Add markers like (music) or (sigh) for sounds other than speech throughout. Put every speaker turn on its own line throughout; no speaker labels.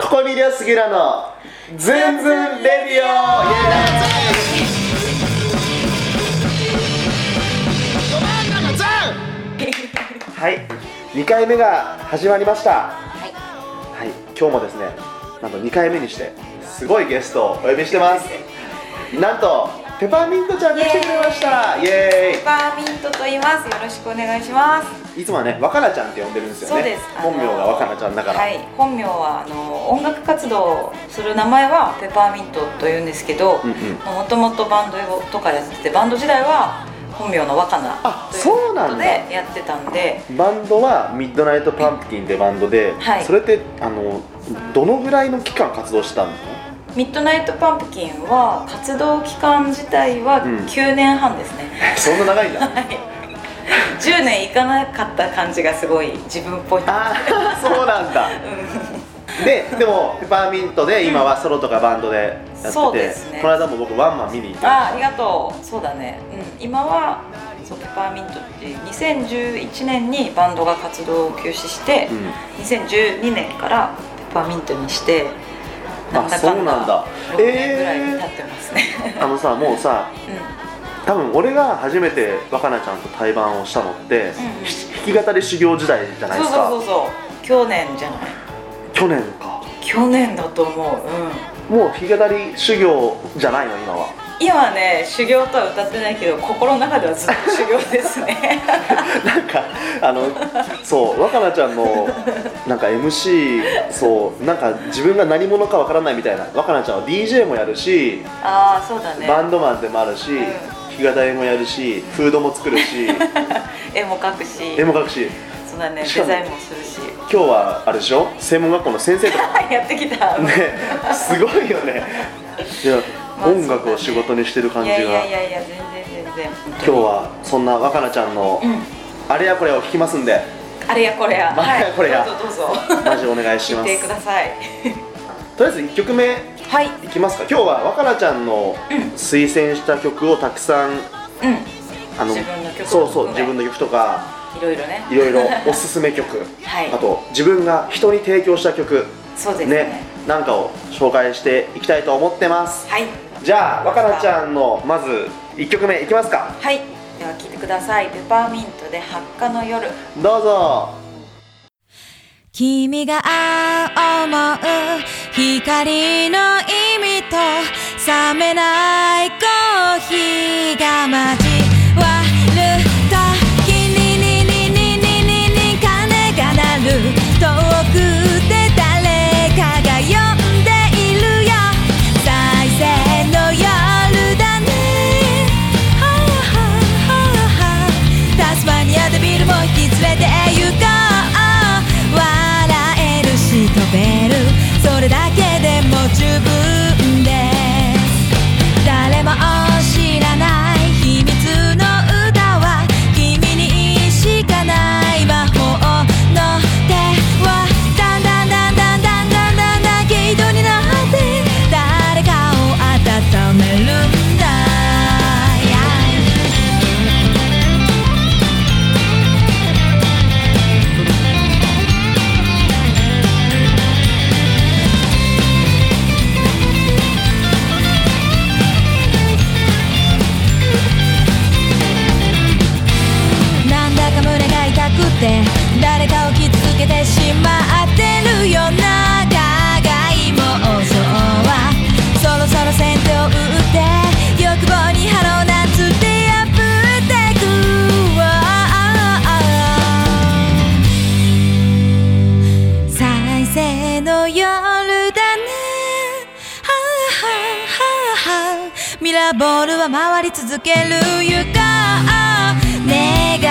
ファミリアスギラのズンズンレディオイエーイはい2回目が始まりましたはい、今日もですねなんと2回目にしてすごいゲストをお呼びしてますなんとペパーミントちゃんが来てくれましたイエ
ペパーミントと言います。よろしくお願いします。
ーイいつもはね若菜ちゃんって呼んでるんですよね
そうです
本名が若菜ちゃんだから、
はい、本名はあの音楽活動をする名前はペパーミントと言うんですけど、
うんうん
もともとバンドとかやってて、バンド時代は本名の若
あ
菜という
そうなんだ
ことでやってたんで、
バンドはミッドナイトパンプキンでバンドで、
はい
それってあのどのぐらいの期間活動してたの
ミッドナイトパンプキンは活動期間自体は
うん
9年半ですね。
そんな長いん
(laughs)
だ
10年いかなかった感じがすごい自分っぽい。
ああそうなんだ (laughs) ででもペパーミントで今はソロとかバンドでやってて、
そうですね
この間も僕ワンマン見に行って
あありがとうそうだね、うん、今はそうペパーミントっていう2011年にバンドが活動を休止して、
うん
2012年からペパーミントにして
あそうなんだ
6年ぐらい経ってますね、
あのさもうさ
う
多
ん
分俺が初めて若菜ちゃんと対バンをしたのって、
うんうん
ひ弾き語り修行時代じゃない
そ
で
う
すか
そうそうそう去年じゃない
去年か
去年だと思ううん
もう弾き語り修行じゃないの今は
今ね修行とは歌ってないけど心の中ではずっと修行ですね
(laughs) なんかあのそう若菜ちゃんのなんか MC そうなんか自分が何者かわからないみたいな若菜ちゃんは DJ もやるし、
ああそうだね
バンドマンでもあるし、
うん
弾き語りもやるしフードも作る
(laughs)
し
(laughs) 絵も描くし
絵も描くし
そうだね
しか
デ
も
ザインもするし (laughs)
今日はあれでしょ専門学校の先生とか
やってきた、
ねすごいよねいや、
まあ
音楽を仕事にしてる感じが
いやいやいやいや全然全然今
今日はそんな若菜ちゃんの、
う
あれやこれを弾きますんで
んあれやこれや
まああれやこれや
どうぞどうぞ
マジお願いし
聞い
ます
てください
とりあえず1曲目
はい
いきますか今日は若菜ちゃんの推薦した曲をたくさん、
うん
あ
自分の曲
そうそう
含め
自分の曲とか
いろいろね
いろい
(laughs)
ろおすすめ曲、
はい
あと自分が人に提供した曲
そうです
ね
ね
なんかを紹介していきたいと思ってます
はい
じゃあ若菜ちゃんのまず1曲目いきますか
はいでは聞いてくださいペパーミントで発火の夜
どうぞ
君が思う光の意味と冷めないコーヒーが交わる時ににににににに鐘が鳴る遠くで誰かが呼んでいるよ再生の夜だねはあはあはあタスマニアでビルも引き連れて行こう笑えるし飛べるそれだけでも十分です誰も知らない秘密の歌は君にしかない魔法の手はだんだんだんだんだんだんだんだん毛糸になって誰かを温めるんだ、なんだか胸が痛くて誰かを傷つけてしまってるような互い妄想はそろそろ先手を打って欲望にハローなんつって破ってく再生の夜だねはあはあはあはあミラーボールは回り続ける床願うから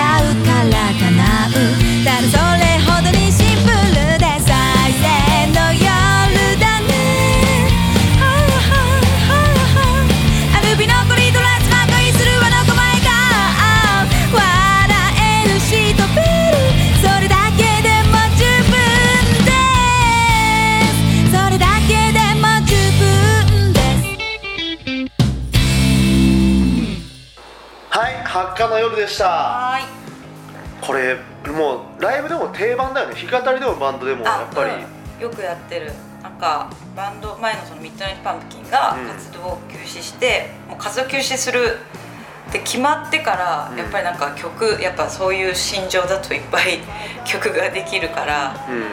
叶うただそれほどにシンプルで再生の夜だねはあはあはあはあアルビのコリドラスマ恋するあの子前が笑えるし飛べるそれだけでも十分ですそれだけでも十分です
はい発火の夜でした
はーい
これもうライブでも定番だよね弾き語りでもバンドでもやっぱり
うんよくやってるなんなんかバンド前のそのミッドナイトパンプキンが
うん
活動を休止して、もう活動休止するって決まってから、
うん
やっぱりなんか曲やっぱそういう心情だといっぱい (laughs) 曲ができるから
うん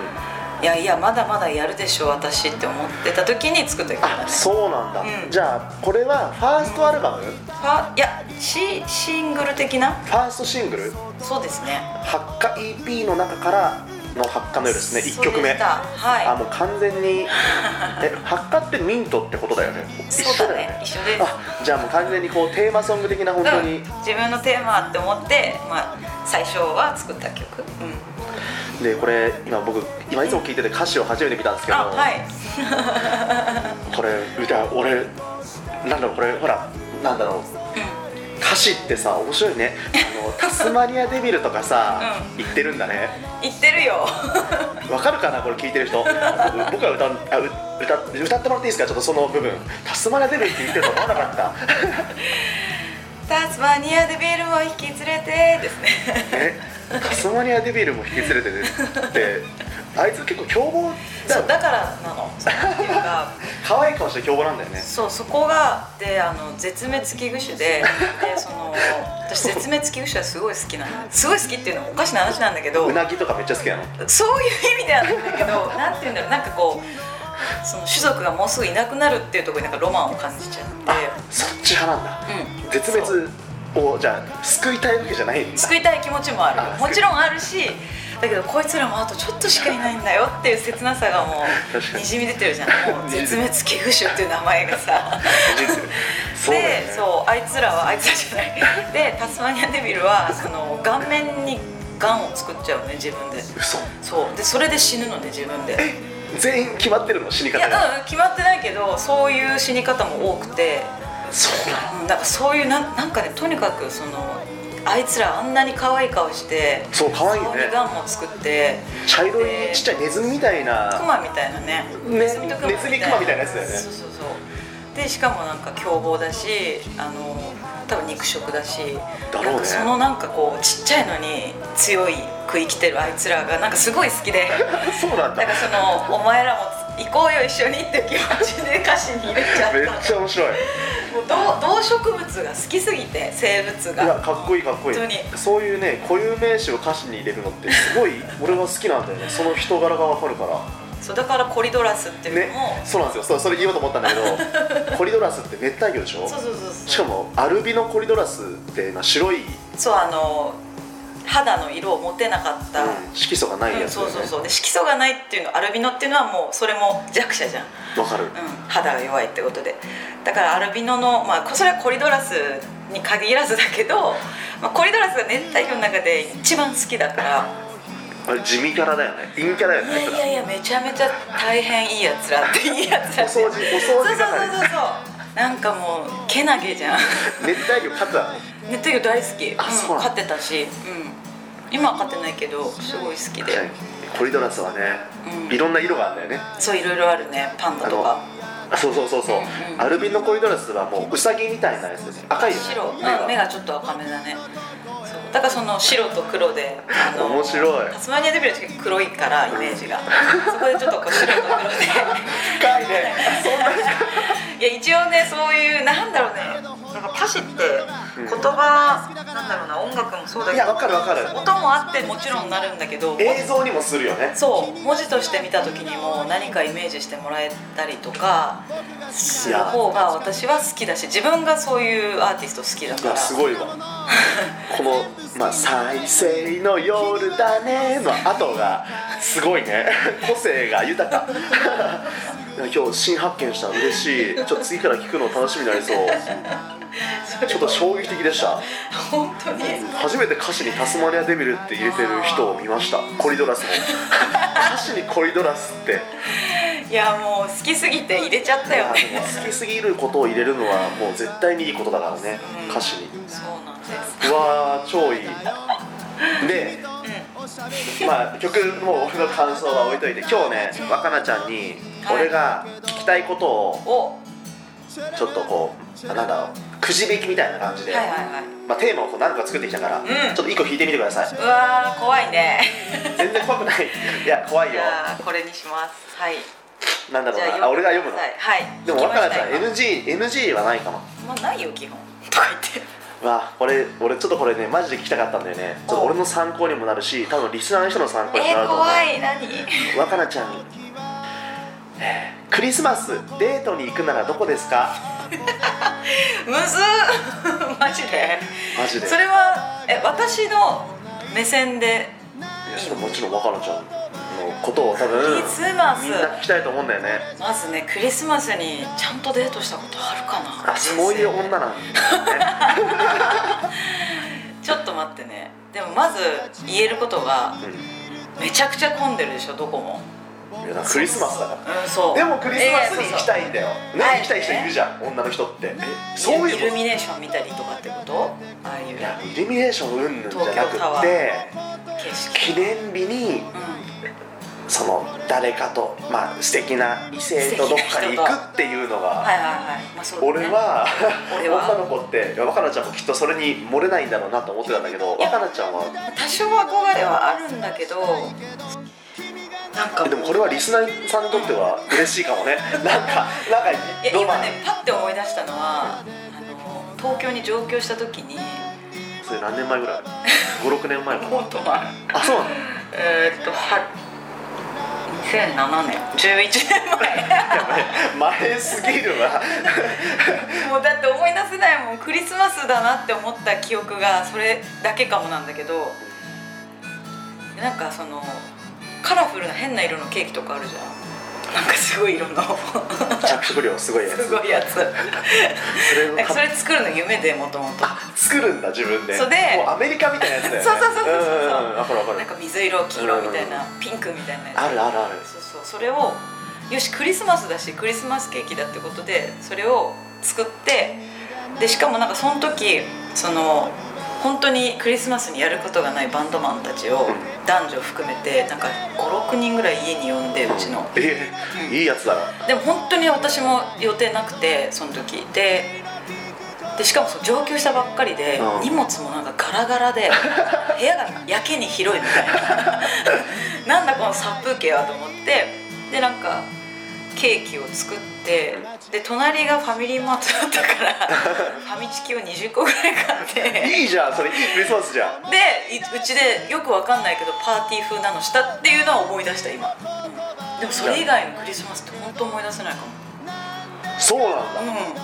いやいやまだまだやるでしょ私って思ってた時に作った曲だ
あ
ね
そうなんだ、
うん
じゃあこれはファーストアルバム、フ
ファいやシシングル的な
ァーストシングル
そうですね
発火 EP の中からの発火の夜ですね1曲
そうで
目
したはい
あもう完全
(laughs)
にえ発火ってミントってことだよね一
そう
緒
だ
だよ
ね
ね
一緒です
あじゃあもう完全にこうテーマソング的な本当に、
うん自分のテーマって思って、まあ、最初は作った曲、うん、
でこれ今僕今いつも聴いてて歌詞を初めて見たんですけど、
あはい
これ歌俺なんだろうこれほらなんだろう歌詞ってさ面白いねあ
(laughs)
のタスマニアデビルとかさ、
う
言ってるんだね
言ってる
(laughs)
よ
わかるかなこれ聞いてる人 (laughs) 僕は歌うあう歌っ歌ってもらっていいですかちょっとその部分タスマニアデビルって言ってると思わなかった
タスマニアでビールを引き連れてですね
えタスマニアデビルも引き連れててってあいつ結構凶暴だ
そ
よ
うだからな
(laughs)
のそうっていうか
可愛い顔して凶暴なんだよね
そうそこがであの絶滅危
(laughs)
惧種ででその私絶滅危惧種はすごい好きなのすごい好きっていうのもおかしな話なんだけど
うなぎとかめっちゃ好きなの
そういう意味ではないんだ
(laughs)
けどなんていうんだろうなんかこうその種族がもうすぐいなくなるっていうところになんかロマンを感じちゃっ
そっち派なんだ
て、うん、
絶滅をじゃあ救いたいわけじゃないんだ
救いたい気持ちもあ
あ
るもちろんあるしだけどこいつらもあとちょっとしかいないんだよっていう切なさがもう
確かに
にじみ出
(laughs)
てるじゃんもう絶滅危惧種っていう名前がさ
そうだよ
で
ね
そうあいつらはあいつらじゃないでタスマニアデビルはその顔面にがんを作っちゃうね自分で
嘘
そうでそれで死ぬのね自分で
全員決まってるの死に
い
方が
やうん決まってないけどそういう死に方も多くて
そうなんだ
うんなんかそういうなんなんかねとにかくそのあいつらあんなに可愛い顔して
そう可愛いよ
顔
ね
にガンも作って
茶色いちっちゃいネズミみたいな
クマみたいなね
ね
と
ネズミクマみたいなやつだよね
そうそうそうでしかもなんか凶暴だしあの多分肉食だし
だろうね
なんかそのなんかこうちっちゃいのに強い食い生きてるあいつらがなんかすごい好き
(laughs)
で
そうなん
な
だ
んかそのお前らも行こうよ一緒にっていう気持ちで歌詞に入れちゃっ
めったちゃ面白い
もう動動植物が好きすぎて生物
いや
が
かっこいいかっこいい
本当に
そういうね固有名詞を歌詞に入れるのってすごい (laughs) 俺は好きなんだよねその人柄がわかるから
そうだからコリドラスっていう
ね
のも、
そうなんですよそうそれ言おうと思ったんだけ
(laughs)
どコリドラスって熱帯魚でしょ
そうそうそう
し
そ
か
う
もアルビノコリドラスってな白い、
そうあの肌の色を持てなかった、
色素がない
うん
やつだ
そ
よ
う
ね
そうそうで色素がないっていうのアルビノっていうのはもうそれも弱者じゃん、う
わかる、
ん、肌が弱いってことでだからアルビノの、まあ、こそれはコリドラスに限らずだけど、まあ、コリドラスが熱帯魚の中で一番好きだから
あれ地味キャラだよね陰キャラよ
い
ねあい
や
つ
い
ら
やいやめちゃめちゃ大変いいやつらっていいやつら
お掃除お掃
そうそうそ
除
うそう
係
そうなんかもうけなげじゃん
熱帯魚勝つだ
ネット魚大好き、うん、
あそうなの
飼ってたし、うん、今は飼ってないけどすごい好きで、
コリドラスはね、
うん
いろんな色があるんだよね
そういろいろあるねパンダとか。
あそうそうそうそう、
うんうん
アルビノコリドラスはもうウサギみたいなやつです赤いよね
白
目が
うん目がちょっと赤めだねそうだからその白と黒であの
面白い
タスマニアデビルは結構黒いからイメージ
(laughs)
がそこでちょっとこう白と黒で
深い
(laughs)
ねそんない
や一応ねそういうなんだろうねなんか歌詞って
うん
言葉、なんだろうな音楽もそうだ
い
け
や
ど
わかるわかる
音もあってもちろんなるんだけど
映像にもするよね
そう文字として見た時にも何かイメージしてもらえたりとかする方が私は好きだし自分がそういうアーティスト好きだ
い
か
や
ら
すごいわこの「まあ、再生の夜だね」の後がすごいね個性が豊かいや今日新発見した嬉しいちょっと次から聞くの楽しみにな
(laughs)
りそうちょっと衝撃的でした
本当に
初めて歌詞に「タスマニアデビル」って入れてる人を見ましたコリド
(laughs)
ラスも歌詞にコリドラスって
いやもう好きすぎて入れちゃった
いや
よ
でも
ね
好きすぎることを入れるのはもう絶対にいいことだからね
うん
歌詞に
そうなんです
うわー超いいで、まあ曲もう僕の感想は置いといて今日ね若菜ちゃんに
はい
俺が聞きたいことを
おは
ちょっとこうなんだろうくじ引きみたいな感じ
い
で、
はいはい
まあ、テーマをこう何個か作ってきたから、
ん
ちょっと1個弾いてみてくださいう
わー怖いね
全然怖くないいや怖い
じ
よ
ゃあこれにしますはい
なんだろうな
じゃあ
あ俺が読むの
はい、はい、
でも若菜ちゃん
聞きまし
NG, NG はないかも
た今まあないよ基本とか言
(laughs)
って
わあ俺俺ちょっとこれねマジで聞きたかったんだよねちょっと
おう
俺の参考にもなるし多分リスナーの人の参考にも
え
なる
ー、
と思う、
怖い何 (laughs)
若菜ちゃんえークリスマスデートに行くならどこですか
むずっ (laughs) マジで
マジで
それはえ私の目線で
いやそれもちろん若菜ちゃんのことを多分
クリスマス
みんな聞きたいと思うんだよね
まずねクリスマスにちゃんとデートしたことあるかな
あそういう
人
女なんだね
生ちょっと待ってねでもまず言えることがめちゃくちゃ混んでるでしょどこ
う
も
んいやだからクリスマスだから
うんそう
でもクリスマスに行きた
い、
いんだよ、
う
ね
はい
行きたい人いるじゃん女の人って
そ
そうう
いうイ
いう
ルミネーション見たりとかってことああいう
いやイルミネーションうんぬんじゃな
東京タワ
くて
景
記
色
念日に
うん
その誰かとまあ素敵な異性とどっかに行くっていうの
はい
が
はいはい、まあそうだ
俺
ね
は
俺は
女の子っていや若菜ちゃんもきっとそれに漏れないんだろうなと思ってたんだけど
いや
若菜ちゃんは
多少憧れはあるんだけどなんか
えでもこれはリスナーさんにとっては嬉しいか
(laughs)
もねなんかなんか
いや
ロマ
今
ン
ねパッて思い出したのはあの東京に上京した時に
それ何年前ぐらい56年
(laughs)
前かな
本当は
あそうなの
えーっとは2007年11年
前すぎる
(laughs)
わ
前もうだって思い出せないもんクリスマスだなって思った記憶がそれだけかもなんだけどなんかそのカラフルな変な色のケーキとかあるじゃんなんかすごい色の (laughs)
着色料すごいやつ
すごいや
(laughs)
つ
それを
な
買
んか
っ
それ作るの夢でもともと
あ作るんだ自分で
そうで
もうアメリカみたいなやつだよね
そうそうそうそうそうん
んんわかるわかる
なんか水色黄色みたいなピンクみたいなやつ
あるあるある
そうそうそれをよしクリスマスだしクリスマスケーキだってことでそれを作ってでしかもなんかその時その本当にクリスマスにやることがないバンドマンたちを
ん
男女含めてなんか56人ぐらい家に呼んでうちの
えいいやつだな
でも本当に私も予定なくてその時ででしかもそう上京したばっかりで、
うん
荷物もなんかガラガ
(laughs)
ラで部屋がやけに広いみたい
(laughs)
ななんだこの殺風景はと思ってでなんかケーキを作ってで隣がファミリーマートだっ
(laughs)
たからファミチキを20個ぐらい買って。
いいじゃんそれいいクリスマスじゃん
でいうちでよくわかんないけどパーティー風なのしたっていうのは思い出した今、うんでもそれ以外のクリスマスって本当思い出せないかも
そうなんだ
うん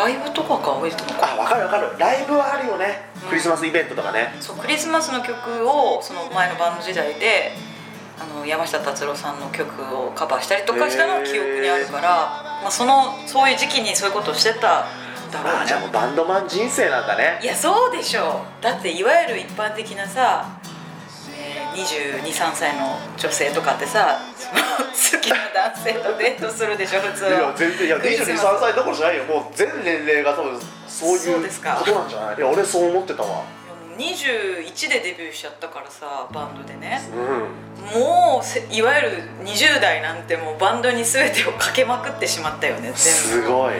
ライブとかが多いのか
あわかるわかるライブはあるよね
うん
クリスマスイベントとかね
そうクリスマスの曲をその前のバンド時代であの山下達郎さんの曲をカバーしたりとかしたのは記憶にあるから、まあ、そのそういう時期にそういうことをしてただろ
あ
う
じゃあ
ね
もうバンドマン人生なんだね
いやそうでしょうだっていわゆる一般的なさ、えー、223歳の女性とかってさその好きな男性とデートするでしょ普通
いや
は
全然いや
クリ
22
スマス
3歳どころじゃないよもう全年齢が多分そう
そう
いう
ですか
ことなんじゃないいや俺そう思ってたわ
いやもう21でデビューしちゃったからさバンドでね
うん
もうせいわゆる20代なんてもうバンドに全てをかけまくってしまったよね全
す
部
ごい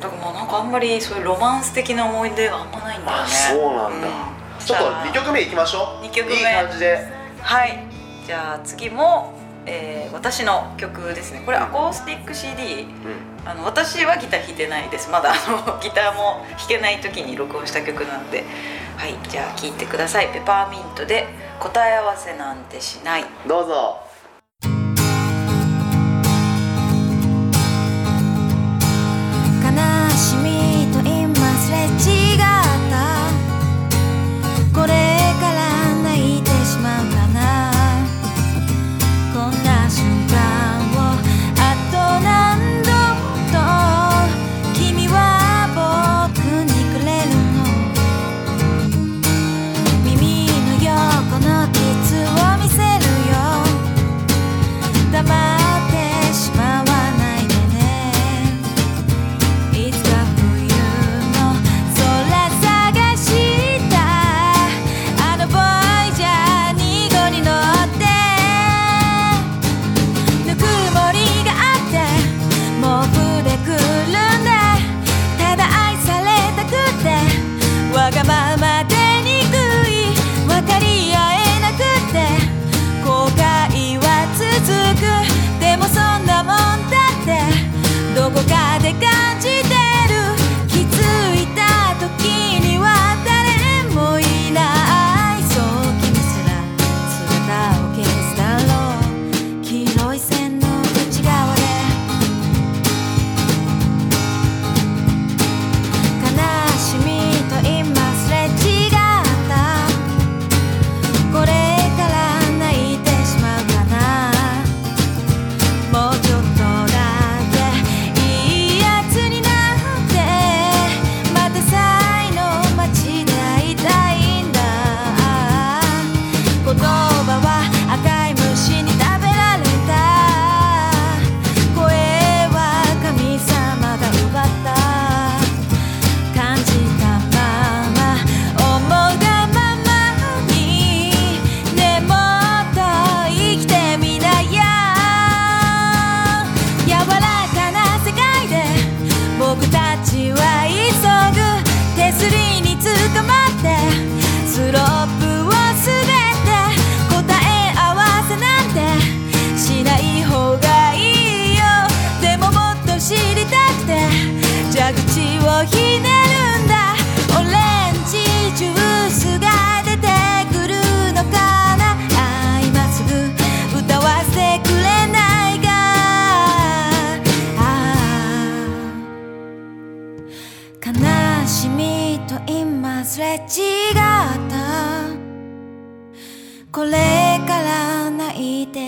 だからもうなんかあんまりそういうロマンス的な思い出があんまないんだよね
あそうなんだ
うん
ちょっと2曲目いきましょう
二曲目
いい感じで
はいじゃあ次も、えー私の曲ですねこれアコースティック CD
うん
あの私はギター弾いてないですまだあのギ (laughs) ターも弾けない時に録音した曲なんではいじゃあ聴いてください「ペパーミント」で「答え合わせなんてしない」
どうぞ
悲しみと今すれ違ったこれから泣いてしまうかなこんな瞬間をあと何度と君は僕にくれるの耳の横の傷を見せるよ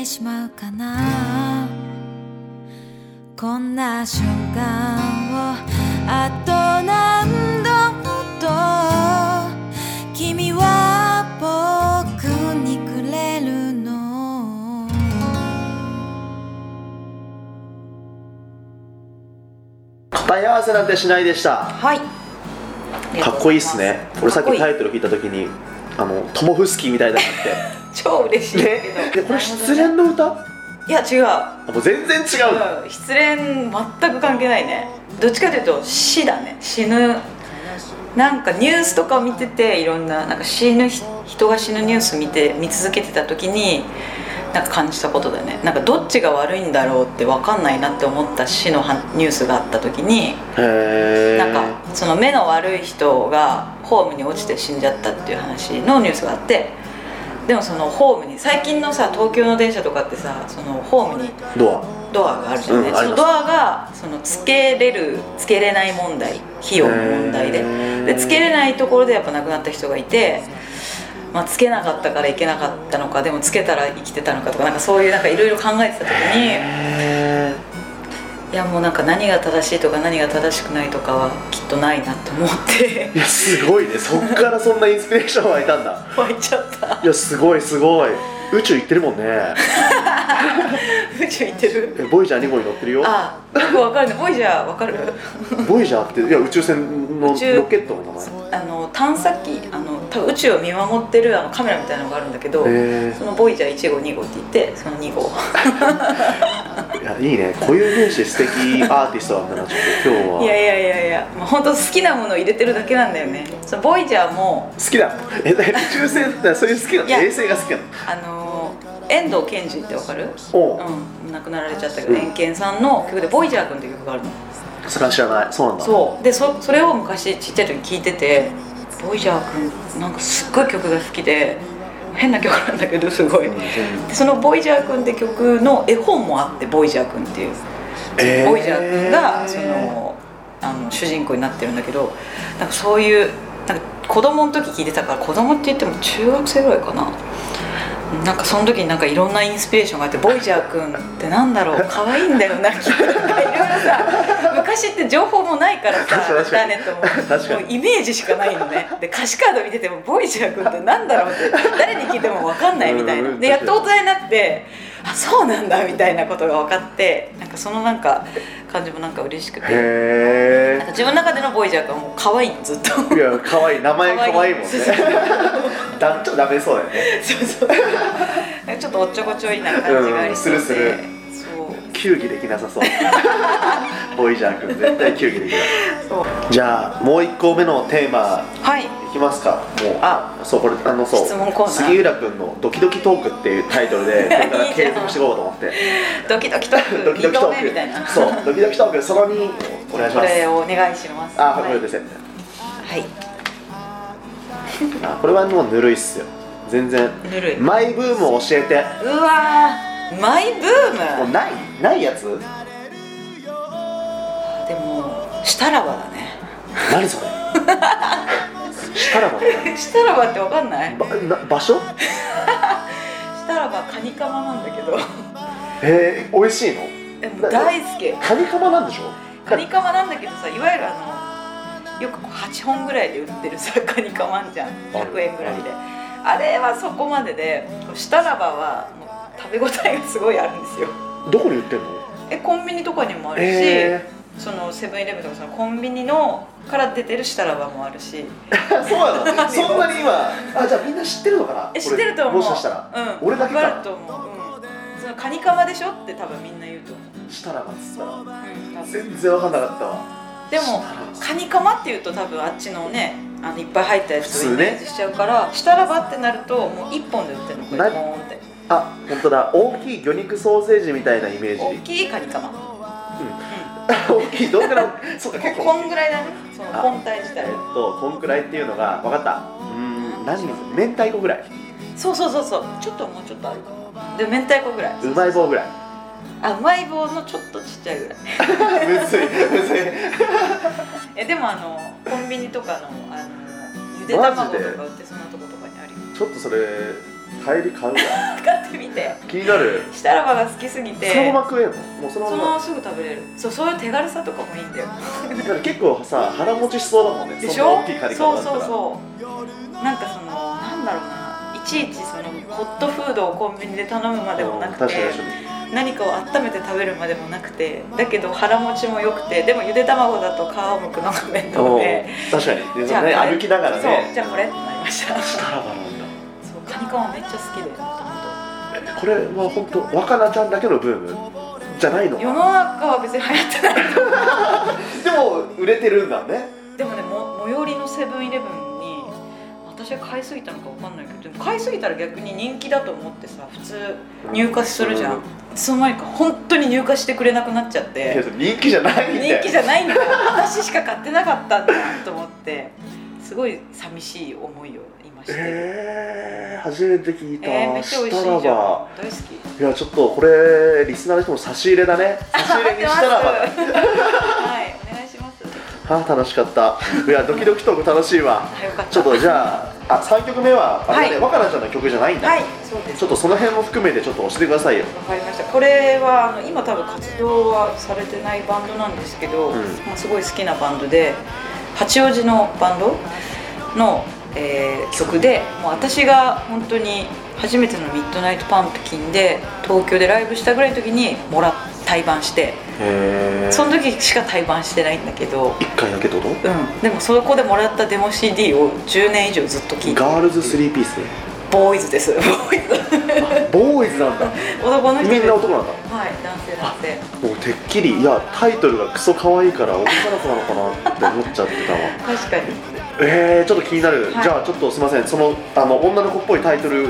しまうかなこんな瞬間をあと何度と君は僕にくれるの
答え合わせなんてしないでした
はい
かっこいいっすね俺さっきタイトル聞いた時にあのトモフスキーみたいだなっ
超嬉しい
て
んだ
ね
けど
(laughs) でこれ失恋の歌あ
いや違う
もう全然違う (laughs)
うん失恋全く関係ないねどっちかというと死だね死ぬなんかニュースとかを見てていろんななんか死ぬひ人が死ぬニュース見て見続けてた時になんか感じたことだよねなんかどっちが悪いんだろうって分かんないなって思った死のはニュースがあった時に
へえ
なんかその目の悪い人がホームに落ちて死んじゃったっていう話のニュースがあってでもそのホームに最近のさ東京の電車とかってさそのホームに
ド
ドアがあるじゃない、
うんあ
そ
り
の
ます
ドアがそのつけれるつけれない問題費用の問題で
へー
でつけれないところでやっぱ亡くなった人がいて、まあ、つけなかったからいけなかったのかでもつけたら生きてたのかとかなんかそういうなんかいろいろ考えてた時
ア
に
へ
いやもうなんか何が正しいとか何が正しくないとかはきっとないなと思っ
え
て
いやすごいねそっからそんなインスピレーション湧いたんだ
湧いちゃった
いやすごいすごい宇宙行ってる (laughs) もんね
宇宙行ってる
えボイジャー2号に乗ってるよ
あよくわかるねボイジャーわかる
ボイジャーっていや宇宙船のロ
宇宙
ケットの名前
あの探査機あの多分宇宙を見守ってるあのカメラみたいなのがあるんだけど、
へー
そのボイジャー1号2号って言ってその2号
いやいいね固有名詞素敵アーティストなんだなちょっと今日はい
やいやいやいや、まあ、本当好きなものを入れてるだけなんだよねそのボイジャーも
好きだ (laughs) えだ宇宙船
(laughs)
ってそういう好きないの
や
衛星が好きなの
あの遠藤健二ってわかる
おう
うん、亡くなられちゃったけど、
うん
遠健さんの曲で「ボイジャー君」って曲があるの
それは知らないそうなんだ
そうでそそれを昔ちっちゃい時聞いてて「ボイジャー君」なんかすっごい曲が好きで変な曲なんだけどすごい、
うん
でそのボイジャー君って曲の絵本もあってボイジャー君っていう、
えー
ボイジャー君がそのあの主人公になってるんだけどなんかそういうなんか子供の時聞いてたから子供って言っても中学生ぐらいかななんかその時になんかいろんなインスピレーションがあってボイジャー君ってなんだろう可愛いんだよな (laughs) きっとなんかいろいろさ昔って情報もないからさ
確かに
インターネットも
確かに
もうイメージしかないのねで歌詞カード見ててもボイジャー君ってなんだろうって誰に聞いても分かんないみたい
うん
な
うん
でやっと大人になってあそうなんだみたいなことが分かってなんかそのなんか感じもなんか嬉しくてなん
へ
か自分の中でのボイジャー君はもう可愛いのずっ
(laughs)
と
えいや可愛い名前可愛いもんね
そうそう
(laughs) だちょっとダメそうだよね
そうそうなんかちょっとおっちょこちょいな感じがありそうで、
うんする
そう
球技できなさ
(laughs)
そうボイジャー君絶対球技できない
そう
じゃあもう一個目のテーマ
はい
いきますかもう
あ
そうこれあのそう
質問コーナー
杉浦君の「ドキドキトーク」っていうタイトルでこれから継続していこうと思って
ドキドキトーク
ドキド
(laughs) 二
キト
度目みたい
ー
な
クそうドキドキトークその2お願いし
こ
ます
れをお願いします
あこれですね
はい
あこれはもうぬるいっすよ全然
ぬるい
マイブームを教えて
うわーマイブー
もう
ム
ないないやつ
でもしたらばだね
(laughs) 何それしたらば
したらばってわかんない
ばな場所
したらばカニカマなんだけど
えー、美味しいの
でも大好き
カニカマなんでしょ
カニカマなんだけどさいわゆるあのよくこう8本ぐらいで売ってるさ (laughs) カニカマあんじゃん100円ぐらいであれはそこまででこうしたらばはもう食べ応えがすごいあるんですよ
どこに売ってんの
えコンビニとかにもあるし、
え
そのセブンイレブンとかそのコンビニのから出てるしたらばもあるし
ー、 (laughs) そうな
(laughs)
のそんなに今あじゃあみんな知ってるのかな
え知ってると思
も
う
しかしたら、
うん、
俺だけ
配る
か
と思う、うん、そのカニカマでしょって多分みんな言うと思う、
したらばっつったら
うん、多分
全然わかんなかったわ
でも
したらば
カニカマっていうと多分あっちのねあのいっぱい入ったやつを
普通ね
イメージしちゃうから、したらばってなるともう1本で売ってるのこれ
な
ポーンって
あ本当だ大きい魚肉ソーセージみたいなイメージ
大きいカニカマ
大きいどんくらい
(laughs)
そうか結構
こんぐらいだねその
あ
本体自
え
体
っとこんくらいっていうのが分かったうーん何明太子ぐらい
そうそうそうそうちょっともうちょっとあるかなで明太子ぐらいう
まい棒ぐらい
あうまい棒のちょっとちっちゃいぐらい
むずいむ (laughs) ずい
えでもあのコンビニとかのあのゆで卵とか売ってそうなとことかにあるよ
ちょっとそれ帰り買うわ
買ってみて
気になる
シタラバが好きすぎて
そのまま食えんのもうそのま
その
ま
まま、すぐ食べれるそうそういう手軽さとかもいいんだよ
だから結構さ腹持ちしそうだもんね
でし
そんな
ょ
大きいカリカリ
そ
だ
う
った
そ
ら
うそうなんかそのなんだろうないちいちそのホットフードをコンビニで頼むまでもなく
確かに
て
確かに
何かを温めて食べるまでもなくてだけど腹持ちも良くてでもゆで卵だと皮をむくのが面倒で
おー確かにでそのね
これ
歩きながらね
そうじゃあこれってなりました
ス
そ
タラバなんだ
うカニカマめっちゃ好きで本
これは本当若菜ちゃんだけのブームじゃないの
当世の中は別に流行ってない (laughs)
でも売れてるんだね
でもねも最寄りのセブンイレブンに私が買いすぎたのかわかんないけどでも買いすぎたら逆に人気だと思ってさ普通入荷するじゃん、
うん
その前か本当に入荷してくれなくなっちゃっ
いや
て
それ人気じゃないんだよ
人気じゃないんだよ私しか買ってなかったんだと思ってすごい寂しい思いを今してる
えー、初めて聞いた、
えー、めっちゃ美味し
スタ
い
ラ
じゃん
バ
大好き
いやちょっとこれリスナーの人も差し入れだね差し入れにしたらば
(laughs) はいお願いします
あー楽しかったいやドキドキトーク楽しいわ
あよかった
ちょっとじゃああ3曲目はあれだね、
はい
若菜ちゃんの曲じゃないんだ、
はいそうです
ちょっとその辺も含めてちょっと教えてくださいよ
わかりましたこれはあの今多分活動はされてないバンドなんですけど、
うん
まあ、すごい好きなバンドで八王子のバンドの、えー曲でもう私が本当に初めてのミッドナイトパンプキンで東京でライブしたぐらいの時にもらっ対バンして
へ
その時しか対バンしてないんだけど、
1回だけってこと
うん、でもそこでもらったデモ CD を10年以上ずっと聴いて
ガールズスリーピース
ボーイズですボーイ
(laughs)
ズ
ボーイズなんだ
男の人
み
で
んな男なんだ
はい男性男性
もうてっきりいやタイトルがクソ可愛いから女の子なのかなって思っちゃってたわ
確かに
えー、ちょっと気になる、
はい
じゃあちょっとすいませんそのあの女の子っぽいタイトルも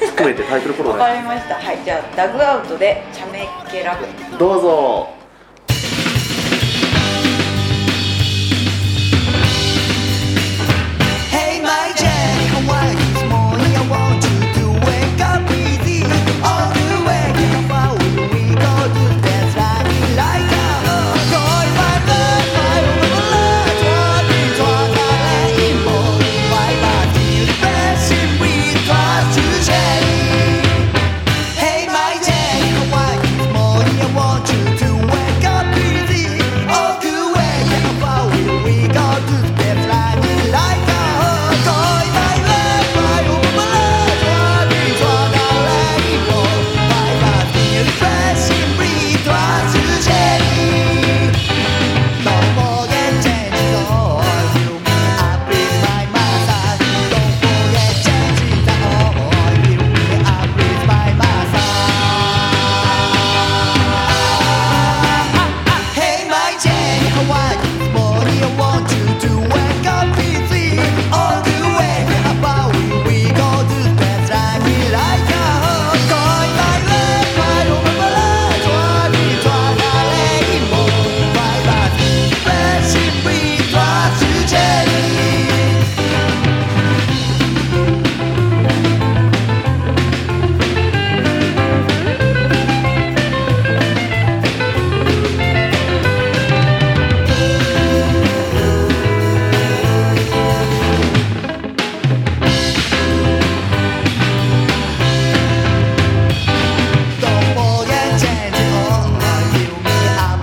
含めてタイトルコロ
わか
ナ
りました。はい、じゃあダグアウトでチャメッケラブ。
どうぞ
Like a hot toy, my love, my woman, my love, what is what I like for? My body is crashing, breathe, what's to say? Don't forget change the oil, you will up with my master. Don't forget change the oil, you will up with my master. Hey, my Jane, what more do you want to do? Wake up, busy all the way. About we we go to bed, I feel like a hot toy. My love, my woman, my love, what is what I like more? My bad, friendship, we trust you, Jenny. どうもげチェンジオンライン I'll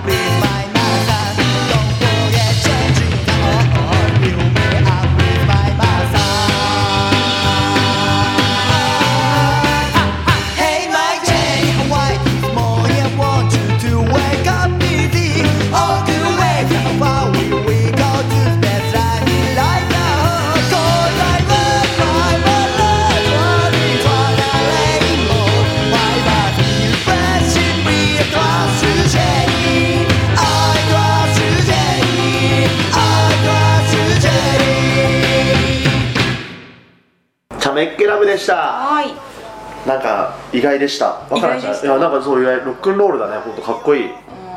be my master どうもげチェンジオンライン I'll be my master Hey my Jane why more you want you to wake up busy all the way how we we go to bed like like a hot cold like love my love what is what I like more my body Jenny.
チャメッケラブでした
はい。
なんか意外でした若菜ち
意外
ゃ
で
ん
し
い
た
やなんかそう意外ロックンロールだね本当かっこいい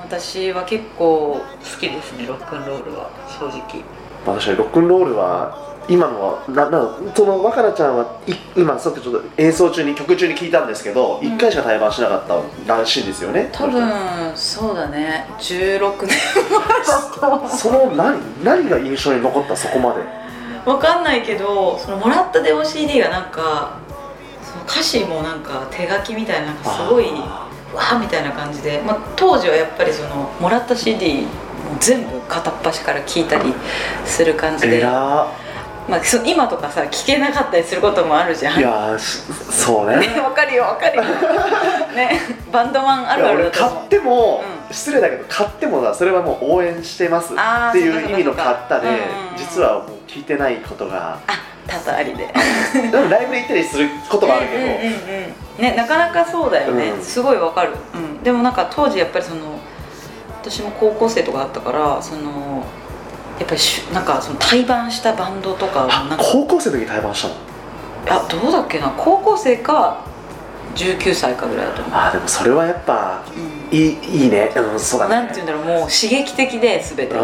私は結構好きですね、ロックンロールは正直。
まあ確かにロックンロールは今のはななその若菜ちゃんはい今さっきちょっと演奏中に曲中に聞いたんですけど、一1回しか対バンしなかったらしいんですよね
多分そうだね、16年 (laughs) 前だ
その何何が印象に残ったそこまで
と。わかんないけど、そのもらったデモ CD がなんか。その歌詞もなんか手書きみたいななんかすごいわあみたいな感じで、まあ、当時はやっぱりそのもらった CD も全部片っ端から聴いたりする感じ
え
で、
ら
まあ、そ今とかさ聴けなかったりすることもあるじゃん
ーいやーしそうね
ねわかるよわかるよ (laughs) ねバンドマンあ
い
る
や
ある
俺
だと
買
思う
っても、
うん
失礼だけど買ってもさそれはもう応援してますっ
あー
てい
そうかそ
う
うか
意味の買ったで
そうかうんうんうん
実はもう聞いてないことが
多々ありで
でもライブで行ったりすることもあるけど、
うんうんうんうんねなかなかそうだよね、
うん
すごいわかる、うん、でもなんか当時やっぱりその私も高校生とかだったからそのやっぱりしゅなんかその対バンしたバンドとか
あ
なんか
高校生の時に対バンしたの
あどうだっけな高校生か19歳かぐらいだと思う、
あーでもそれはやっぱ
うん
いいいいねうんそうだね
なんて言うんだろうもう刺激的で全てが
あ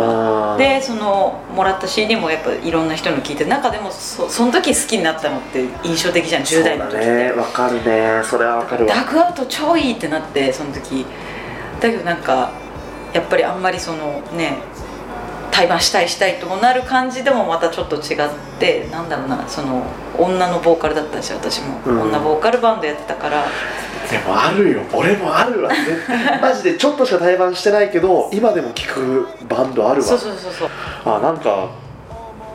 ー
でそのもらった CD もやっぱいろんな人の聞いて中でもそその時好きになったのって印象的じゃん10代の時
そ
っ
う
て、
だねわかるねそれはわかるわ
ダッグアウト超いいってなってその時だけどなんかやっぱりあんまりそのね対バンしたいしたいともなる感じでもまたちょっと違ってなんだろうなその女のボーカルだったし私も、
うん
女ボーカルバンドやってたから
でもあるよ俺もあるわ絶対マジでちょっとしか対バンしてないけど今でも聞くバンドあるわ
そうそうそうそう
あなんか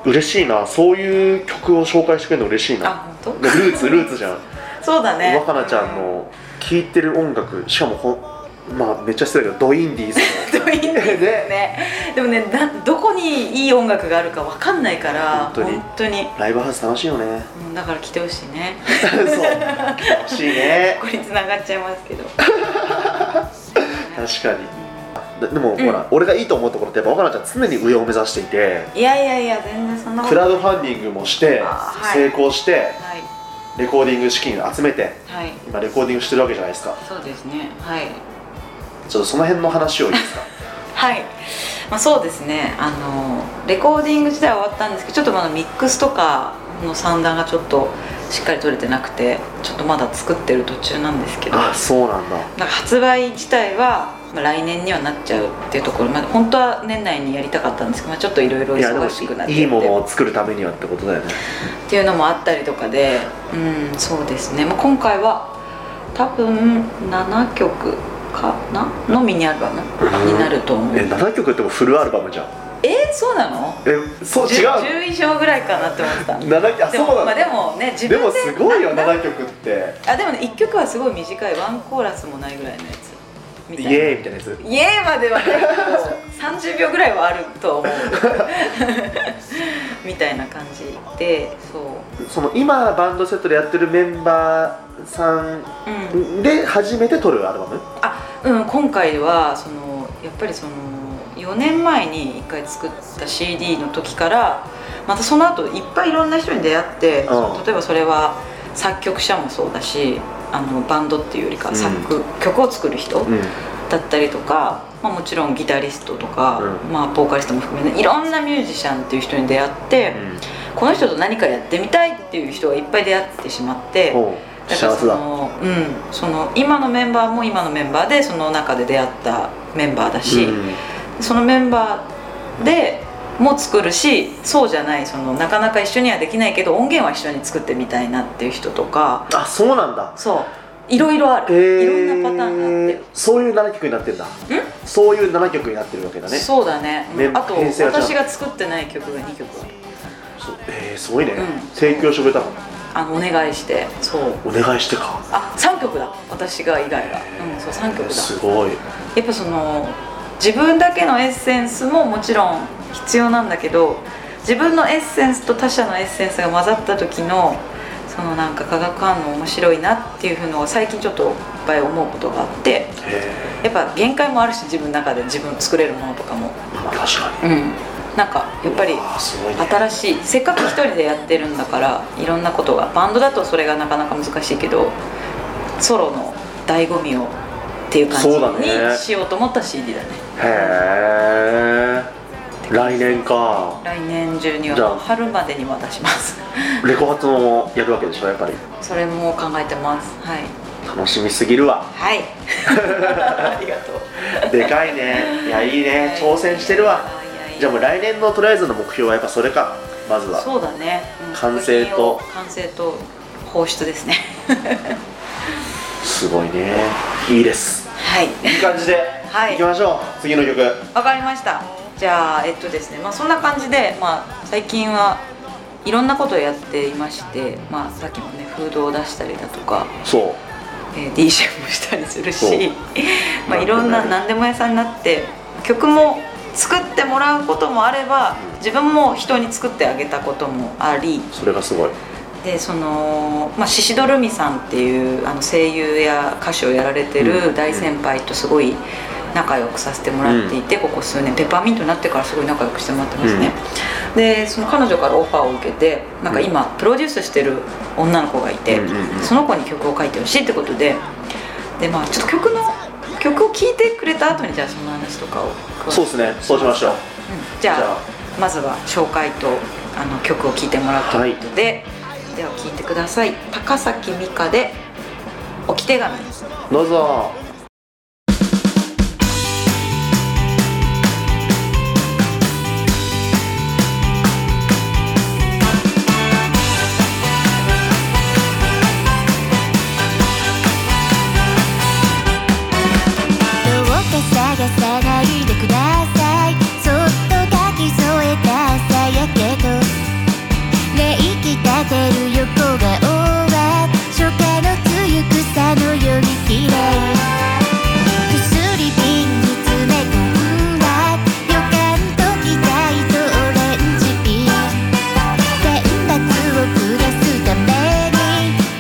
嬉しいなそういう曲を紹介してくれるの嬉しい
あ
な
本
ルーツルーツじゃん、
当そうだ (laughs) ね
若菜ちゃんの聴いてる音楽しかもこまあめっちゃ失礼だけどドインディーズ
(laughs) ドインディー
ね
ズねでもねなどこにいい音楽があるかわかんないから
本当に
本当に
ライブハウス楽しいよね (laughs)
うんだから来てほしいね (laughs)
そう楽しいね
これに繋がっちゃいますけど
確かにででも、
うん
ほら俺がいいと思うところってやっぱ若菜ちゃん常に上を目指していて
いやいやいや全然そんなこ
ク
と
ラウドファンディングもして、
あはい
成功して
はい
レコーディング資金集めて
はい
今レコーディングしてるわけじゃないですか
そうですねはい
ちょっとその辺の話をいいですか
はい、まあ、そうですねあのレコーディング自体は終わったんですけどちょっとまだミックスとかの算段がちょっとしっかり取れてなくてちょっとまだ作ってる途中なんですけ
(laughs)
ど
あそうなんだ
なんか発売自体はまあ来年にはなっちゃうっていうところまで本当は年内にやりたかったんですけど、まあ、ちょっといろいろ
いやでも
忙しくなって
いいもの
っ
を作るためにはってことだよね
ていうのもあったりとかでうんそうですね、まあ、今回は多分7曲かなのミニアルバムになると思う
え7曲ってもフルアルバムじゃん
えーそうなの
えそう違うの
10, 以上ぐらいかなって思ってた
7曲あ
で
そう
も,、
な
ま
の
あ、でもね自
で
分で
もすごいよ
なな
7曲って
あでもね1曲はすごい短いワンコーラスもないぐらいのやつみた
イ
い
エ
な
ーイみたいなやつ
イエーイまではないけど30秒ぐらいはあると思うみたいな感じでそう
その今バンドセットでやってるメンバーさん
うん
で初めて撮るアルバム
あうん今回はそのやっぱりその4年前に1回作った CD の時からまたその後いっぱいいろんな人に出会って、
ん
その例えばそれは作曲者もそうだしあのバンドっていうより
う
か
ん
作、曲を作る人、
うん
だったりとか、まあ、もちろんギタリストとか、
うん
まあ、ボーカリストも含めていろんなミュージシャンっていう人に出会って、この人と何かやってみたいっていう人がいっぱい出会ってしまって。
おう
だから
幸
そ
せだ
の,、うん、その今のメンバーも今のメンバーでその中で出会ったメンバーだし、
うん
そのメンバーでも作るしそうじゃないそのなかなか一緒にはできないけど音源は一緒に作ってみたいなっていう人とか
あそうなんだ
そういろいろある、
え
いろんなパターンがあって
そういう7曲になってんだそういう7曲になってるわけだね
そうだね
ね
あと
編成はちゃんと
私が作ってない曲が2曲ある
そうえー、すごいね、
うん
提供してくれたの
あのお願いしてそう
お願いしてか
あ三3曲だ私が以外が、うん、そう3曲だ
すごい
やっぱその自分だけのエッセンスももちろん必要なんだけど自分のエッセンスと他者のエッセンスが混ざった時のそのなんか化学反応面白いなっていうのを最近ちょっといっぱい思うことがあって
へ
やっぱ限界もあるし自分の中で自分作れるものとかも
え確か
うんなんかやっぱり
にあすごいね
新しいせっかく一人でやってるんだからいろんなことがバンドだとそれがなかなか難しいけどソロの醍醐味をっていう感じ
そうだね
にしようと思った CD だね
へえ来年か
来年中に
じゃあ
は春までには出します (laughs)
レコ発もやるわけでしょやっぱり
それも考えてますはい
楽しみすぎるわ
はいありがとう
でかいねいやいいね挑戦してるわ
いやいや
じゃあもう来年のとりあえずの目標はやっぱそれかまずは
そうだね、うん
完成と
作品を完成と放出ですね
すごいねいいです
はい
いい感じで、
はい
行きましょう次の曲
わかりましたじゃあえっとですねまあそんな感じで、まあ、最近はいろんなことをやっていまして、まあ、さっきもねフードを出したりだとか、
そう
えー、DJ もしたりする
そう
し (laughs) まあいろん
なんでもやる
な何でも屋さんになって曲も作ってもらうこともあれば自分も人に作ってあげたこともあり
それがすごい
でその、まあ、シシドルミさんっていうあの声優や歌手をやられて
う
る
ん
大先輩とすごい仲良くさせてもらっていて、ここ数年ペパーミントになってからすごい仲良くしてもらってますね、でその彼女からオファーを受けてなんか今プロデュースしてる女の子がいて、
うんうんうん
その子に曲を書いてほしいってことでで、まあ、ちょっと曲の曲を聴いてくれた後にじゃあその話とかを詳しく
そうですねそうしましょう
じゃあ
じゃ
まずは紹介とあの曲を聴いてもらうということで、では聴いてください高崎美香で「置き手紙」
どうぞ
どうか探さないでくださいそっと書き添えたさやけど冷気立てる横顔は初夏の露草のように綺麗薬瓶に詰め込んだ予感と期待とオレンジピー選抜を下すために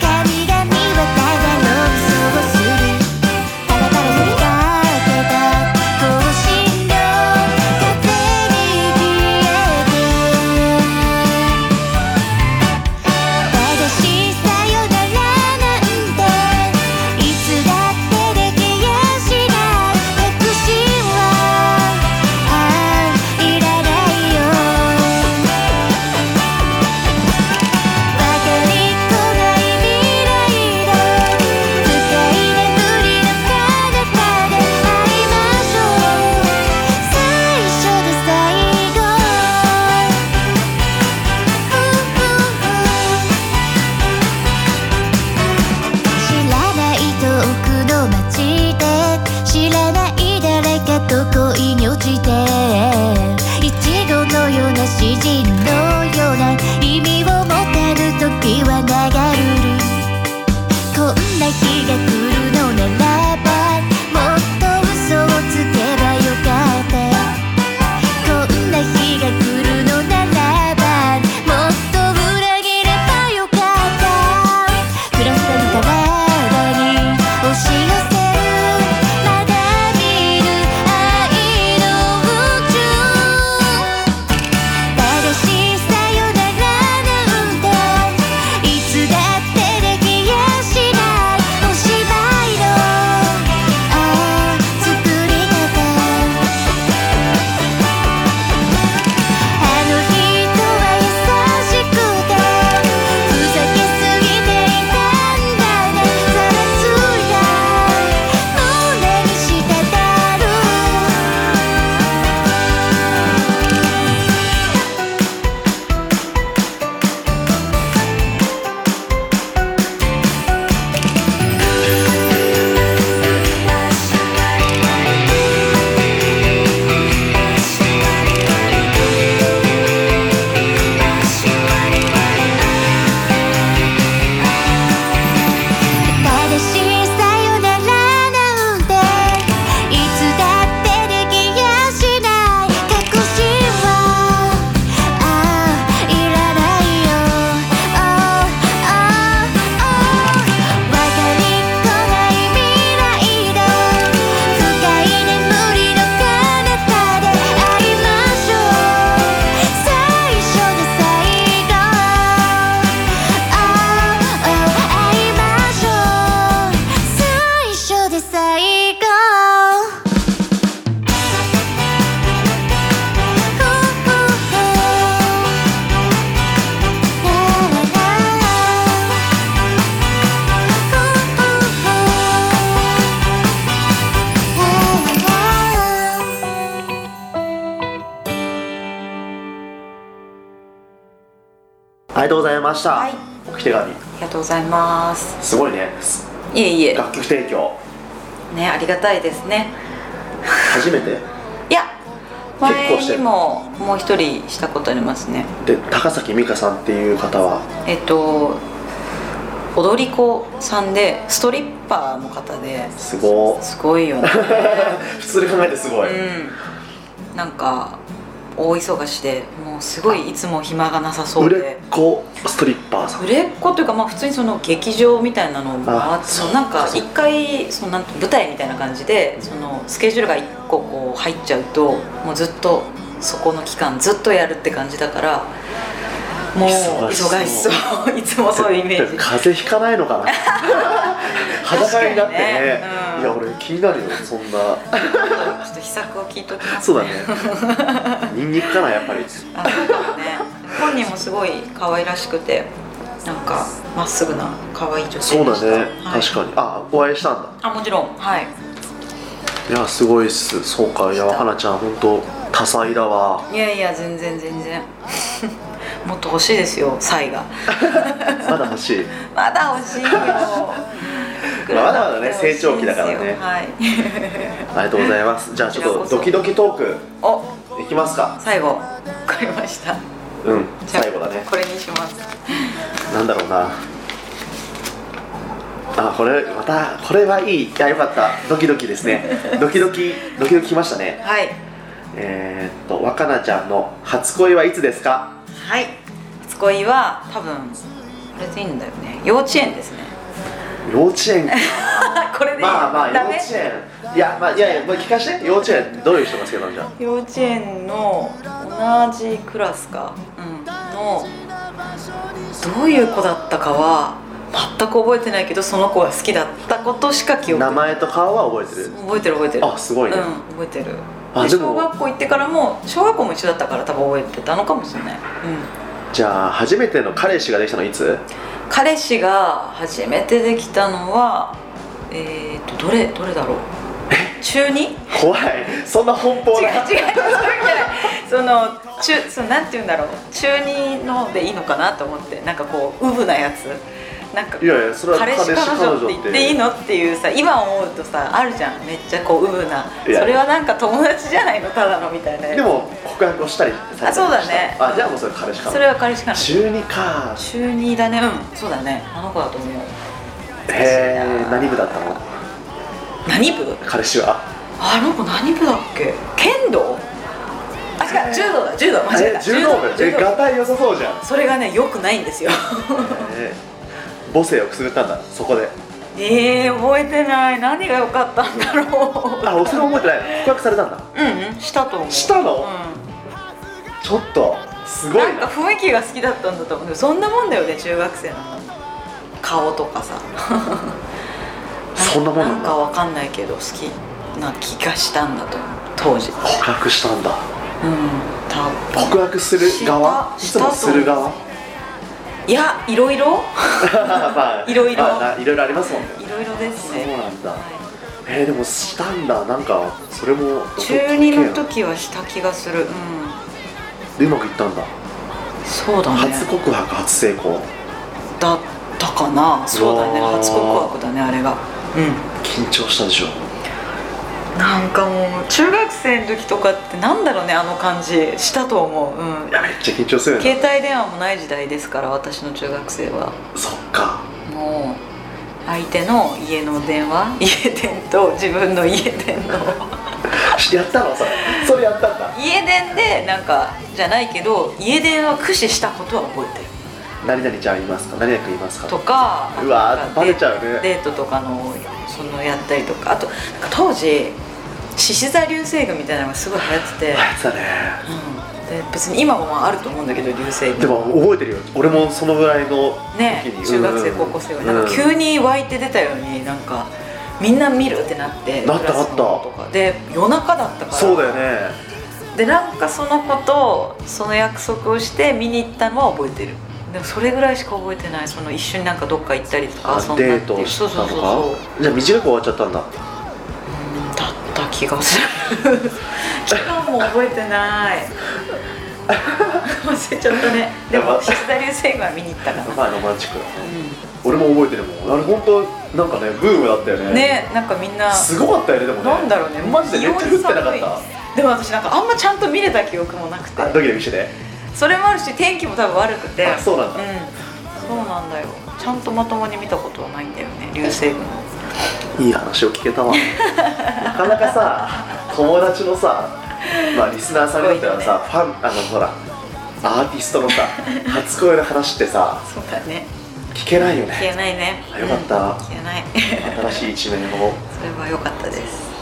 神々はただロックをするパラパラ振りかけた更新の風に消えて正しさよならなんていつだってできやしない確信はいらないよわかりこない未来で不快な振り返りの彼方で会いましょう最初で最後知らない遠くの街で知らない誰かと恋に落ちていちごのような詩人のような意味を持たぬ時は流れるこんな日が来るのならばもっと嘘をつけばよかったこんな日が来るのならばもっと裏切ればよかったクラスタの体に押し寄せるまだ見る愛の宇宙「正しさよならなんていつだってできやしない」「お芝居のああ作り方」「あの人は優しくてふざけすぎていたんだね」「ざわついた胸にしたたる」「正しさよならなんていつだってできやしない」「確信はああいらないよ」「わかりこない未来で不快眠りの彼方で会いましょう」「最初で最後」「会いましょう」「最初で最後」
ありがとうございました、
はい
おき手紙
がとうございます
すごいねす
いえいえ
楽曲提供
ねありがたいですね
初めて
いや
結構してる
前にももう一人したことありますね
で高崎美香さんっていう方は
えっと踊り子さんでストリッパーの方です
すごい
すごい
(laughs)
よね
普通に考えてすごい、
うんなんか大忙しでもうすごいいつも暇がなさそう
売
で
れっ子ストリッパーさん
売れっ子というか、まあ、普通にその劇場みたいなのも
あ
あって
そう
なんか
そう
一回そのなんて舞台みたいな感じでそのスケジュールが一個こう入っちゃうともうずっとそこの期間ずっとやるって感じだからもう忙
忙し
し
そう
そう (laughs) いつもそういうイメージ
風邪ひかないのかな
(laughs)
裸になってね
確かにねうん
いや俺気になるよそんな
ちょっと秘策を聞いときます
そうだね
(laughs)
ニンニクかなやっぱり
あそうかもね本人もすごい可愛らしくてなんかまっすぐな可愛い女性でした
そうだね、
はい
確かにあお会いしたんだ
あもちろんはい
いやすごいっすそうかいや花ちゃん本当多彩だわ
いやいや全然全然 (laughs) もっと欲しいですよサイが (laughs)
まだ欲しい
まだ欲し
(laughs)
いよいくら
まだまだね
欲しいですよ
成長期だからね
はい
ありがとうございますじゃあちょっとドキドキトー
お
クいきますか
最後分かりました
うん
じゃあ
最後だね
これにします
なんだろうなあこれまたこれはいいいやよかったドキドキです
(laughs)
ねドキドキドキドキきましたね
はい
えー、っと若菜ちゃんの初恋はいつですか
はい初恋は多分これでいいんだよね幼稚園ですね
幼稚
(laughs)
園
これでいい
まあまあ幼
ダメ
稚園いやまあいやいやまあ聞かして幼稚園どういう人が好きなのじゃあ
幼稚園の同じクラスか、うん、のどういう子だったかは全く覚えてないけどその子が好きだったことしか記憶
名
ない
前と顔は覚えてる
覚えてる覚えてる
あすごいね
うん、覚えてる
あ
で
でも
小学校行ってからも小学校も一緒だったから多分覚えてたのかもしれない、うん、
じゃあ初めての彼氏ができたのいつ
彼氏が初めてできたのはえー、とどれどれだろう中 2?
怖いそんな奔
違う違う違う
放な
(laughs) その中そのなんて言うんだろう中二のでいいのかなと思ってなんかこうウブなやつなんか
いやいやそれは
彼氏
彼氏
彼女って
彼女
言
っ
ってていいのっていうさ今思うとさあるじゃんめっちゃこうウブない
や
それはなんか友達じゃないのただのみたいなやつ
でも告白をしたりされたり
あそうだね
したあじゃあもうそれ彼氏か
それは彼氏かな
中二か
中二だねうんそうだねあの子だと思う
へえ何部だったの
何部
彼氏は
あの子何部だっけ剣道あ違う柔道だ柔道間違え
え
た
柔道部え
柔
ガ
道
タイ良さそうじゃん
それがね良くないんですよ
えー母性をくすぐったんだそこで
えー、覚えてない何が良かったんだろ
あそれ覚えてない告白されたんだ
ううんうんしたと思う
したの
う
ちょっとす
ん、
ご
ないんか
な
雰囲気が好きだったんだと思うでもそんなもんだよね中学生の顔とかさ
(laughs) そんなもんな
なんん
だ
かわかんないけど好きな気がしたんだと思う当時うん
告白したんだ
た
告白する側い
し
つ
た
もする側
いやいろい
(laughs)
ろ
まあ
いろいろ
まあないろいろありますもんね
いろいろです
そう
ね
なんだえー、でもしたんだなんかそれも
中二の時はした気がするうん
でうまくいったんだ
そうだね
初告白初成功
だったかなそうだね
うわー
初告白だねあれがうん
緊張したでしょ
なんかもう中学生の時とかってなんだろうねあの感じしたと思う、うん
い、やめっちゃ緊張するよね
携帯電話もない時代ですから私の中学生は
そっか
もう相手の家の電話家電と自分の家電の
しやったのそれそれやったんだ
家電でなんかじゃないけど家電は駆使したことは覚えてる
何々ちゃんいますか何々くんいます
と
か
か
うわー
なんか
バレちゃうね
デートとかのそのやったりとかあとなんか当時獅子座流星群みたいなのがすごい流行ってて
あやつだね
うんで別に今もまああると思うんだけど流星
で
群
も覚えてるよ俺もそのぐらいの
ね
時に
中学生
うん
高校生はなんか急に湧いて出たようになんかみんな見るってなって
なった
クラスの子とかで夜中だったから
そうだよね
でなんかその子とその約束をして見に行ったのは覚えてるでもそれぐらいしか覚えてないその一緒になんかどっか行ったりとか遊んだっていう
デートをし
そう
た
そ
の
うそう
か
そう
じゃあ短く終わっちゃったんだ
だった気がする
(laughs)
期間も覚えてない忘れちゃったねでも獅子座流星群は見に行ったから
まあロマンチックだね
う
俺も覚えてるもんあれ本当なんかねブームだったよね
ねなんかみんな
すごかったよねでもね
なんだろうね
マジでめっちゃ降ってなかった
異様に寒いでも私なんかあんまちゃんと見れた記憶もなくて
あドキドキしてて
それもあるし天気も多分悪くて
あそうなんだ
うん、そうなんだよちゃんとまともに見たことはないんだよね流星群
いい話を聞けたわなかなかさ友達のさまあリスナーさんにとってはさ、ファンあのほらアーティストのさ初恋の話ってさ
そうだね
聞けないよ
消え
ね
ないね
あよかった
うん消え (laughs) ない
新しい一面の
それは良かったです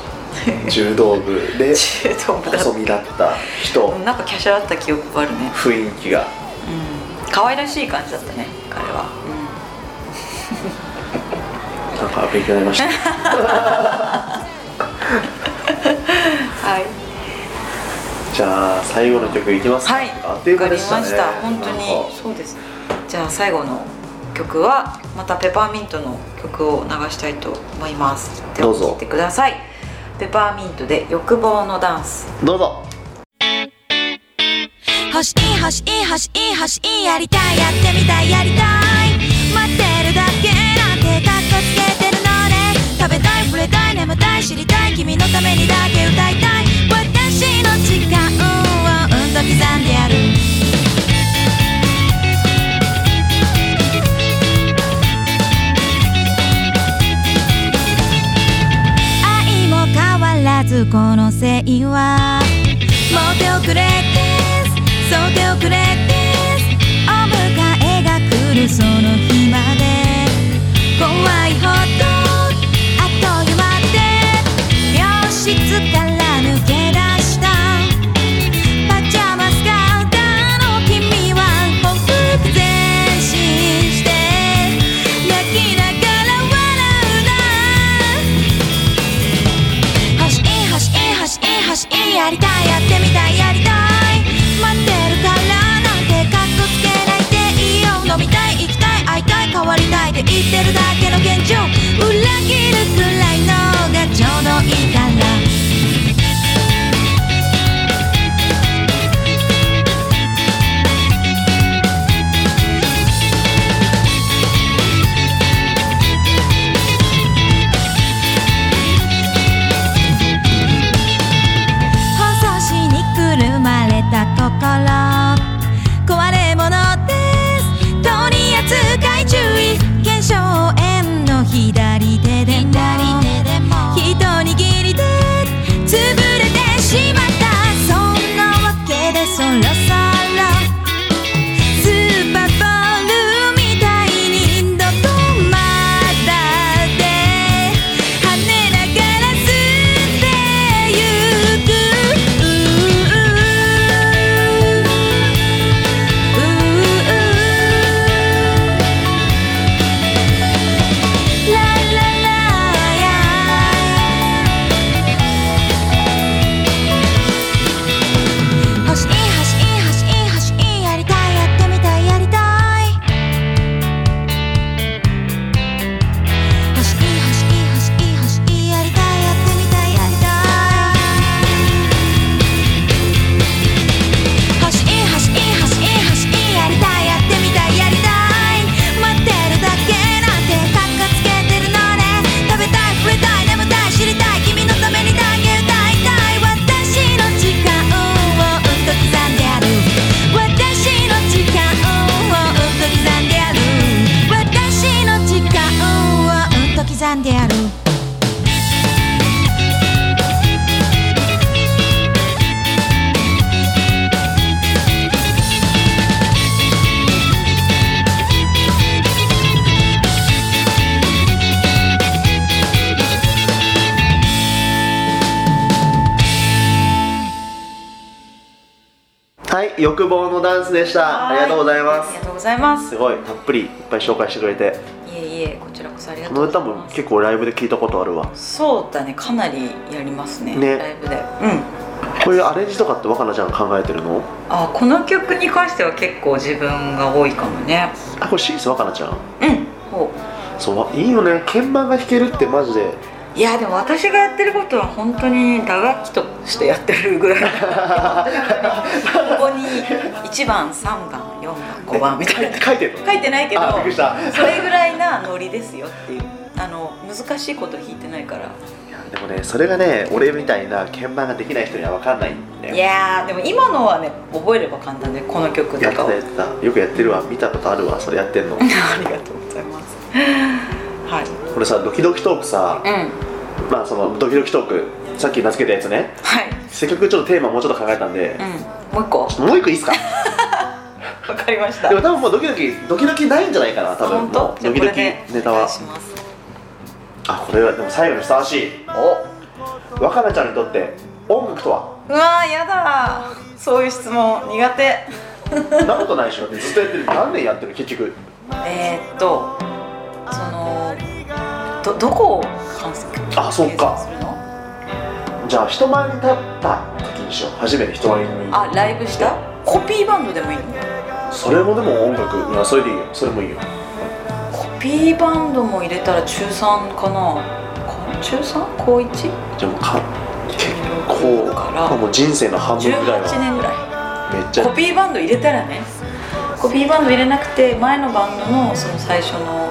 柔道部
(laughs)
で (laughs)
中途部だっ
細身だった人
たなんか華奢だった記憶があるね
雰囲気が
うん可愛らしい感じだったね彼は、
なんか勉強になりました
(laughs) はい
じゃあ最後の曲いきますか、
はい
あっという間でしたね
わかりました
なん
本当
か
にそうですじゃあ最後の曲はまたペパーミントの曲を流したいと思いますで
ど
は
うぞ
聴いてくださいペパーミントで欲望のダンス
どうぞ
欲しい欲しい欲しい欲しいやりたいやってみたいやりたい待ってるだけなんてカッコつけてるのね食べたい触れたい眠たい知りたい君のためにだけ歌いたい私の時間をうんと刻んでやる愛も変わらずこのせいはもう手遅れですそう手遅れですお迎えが来るその日まで怖いほどあっという間で病室から抜け出したパジャマスカウターの君はほふく前進して泣きながら笑うな欲しい欲しい欲しい欲しいやりたいやってみたいやりたい待ってるからなんてカッコつけないでいいよ飲みたい行きたい会いたい変わりたいって言ってるだけの現状裏切るくらいのがちょうどいいから放送しにくるまれた心壊れ物です取り扱い注意検証炎の左手でも一握りで潰れてしまったそんなわけでそろそろスーパーボールみたいにどこまで跳ねながら進んでゆくラララや欲しい欲しい欲しい欲しいやりたいやってみたいやりたい欲しい欲しい欲しい欲しいやりたいやってみたいやりたい欲しい欲しい欲しい欲しいやりたいやってみたいやりたい待ってるだけなんてカッコつけてるのね食べたい触れたい眠たい知りたい君のためにだけ歌いたい私の時間をうんと刻んでやる私の時間をうんと刻んでやる私の時間をうんと刻んでやる
はい欲望のダンスでしたありがとうございま
あり
す
がとうございます
すごいたっぷりいっぱい紹介してくれて
いえいえこちらこそありが
ことの
うござ
歌
い
も
ます
結構ライブで聞いたことあるわ
そうだねかなりやりますね
ね
ライブでうん
こういうアレンジとかって若菜ちゃん考えてるの
あこの曲に関しては結構自分が多いかもね
あこれシース若菜ちゃん
うんお
そういいよね鍵盤が弾けるってマジで
いやでも私がやってることは本当に打楽器としてやってるぐらいここに1番3番4番5番みたい
(laughs)
な
書いてるの
書いてないけど
あびっくりした
それぐらいなノリですよっていうあの難しいこと弾いてないから
いやでもねそれがね俺みたいな鍵盤ができない人には分かんないんだよ
いやーでも今のはね覚えれば簡単でこの曲と
やって
かを
たやってたよくやってるわ見たことあるわそれやってんの
(laughs) ありがとうございますはい
これさドキドキトークさ
うん
まあそのドキドキトークさっき名付けたやつね
はい
せっかくちょっとテーマもうちょっと考えたんで
う、んもう一個
もう一個いいっすか
わかりました
でも多分もうドキドキドキドキないんじゃないかな多分
本当
もう
じゃ
ドキ
あこ
ド
れ
キ
で
ネタ
お願
はい
します
あこれはでも最後にふさわしい若菜ちゃんにとって音楽とは
うわーやだーそういう質問苦手
そんなことないでしょだってずっとやってる何年やってる結局
えーっとそのどどこを観測
あそっか
するの
じゃあ人前に立った時にしよう初めて人前に
あライブしたコピーバンドでもいいの
それもでも音楽いやそれでいいよそれもいいよ
コピーバンドも入れたら中3かなか中 3? 高 1?
じゃあもうか結
だから
構もう人生の半分ぐらいは
18年ぐらい
めっちゃ
コピーバンド入れたらねコピーバンド入れなくて前のバンドのその最初の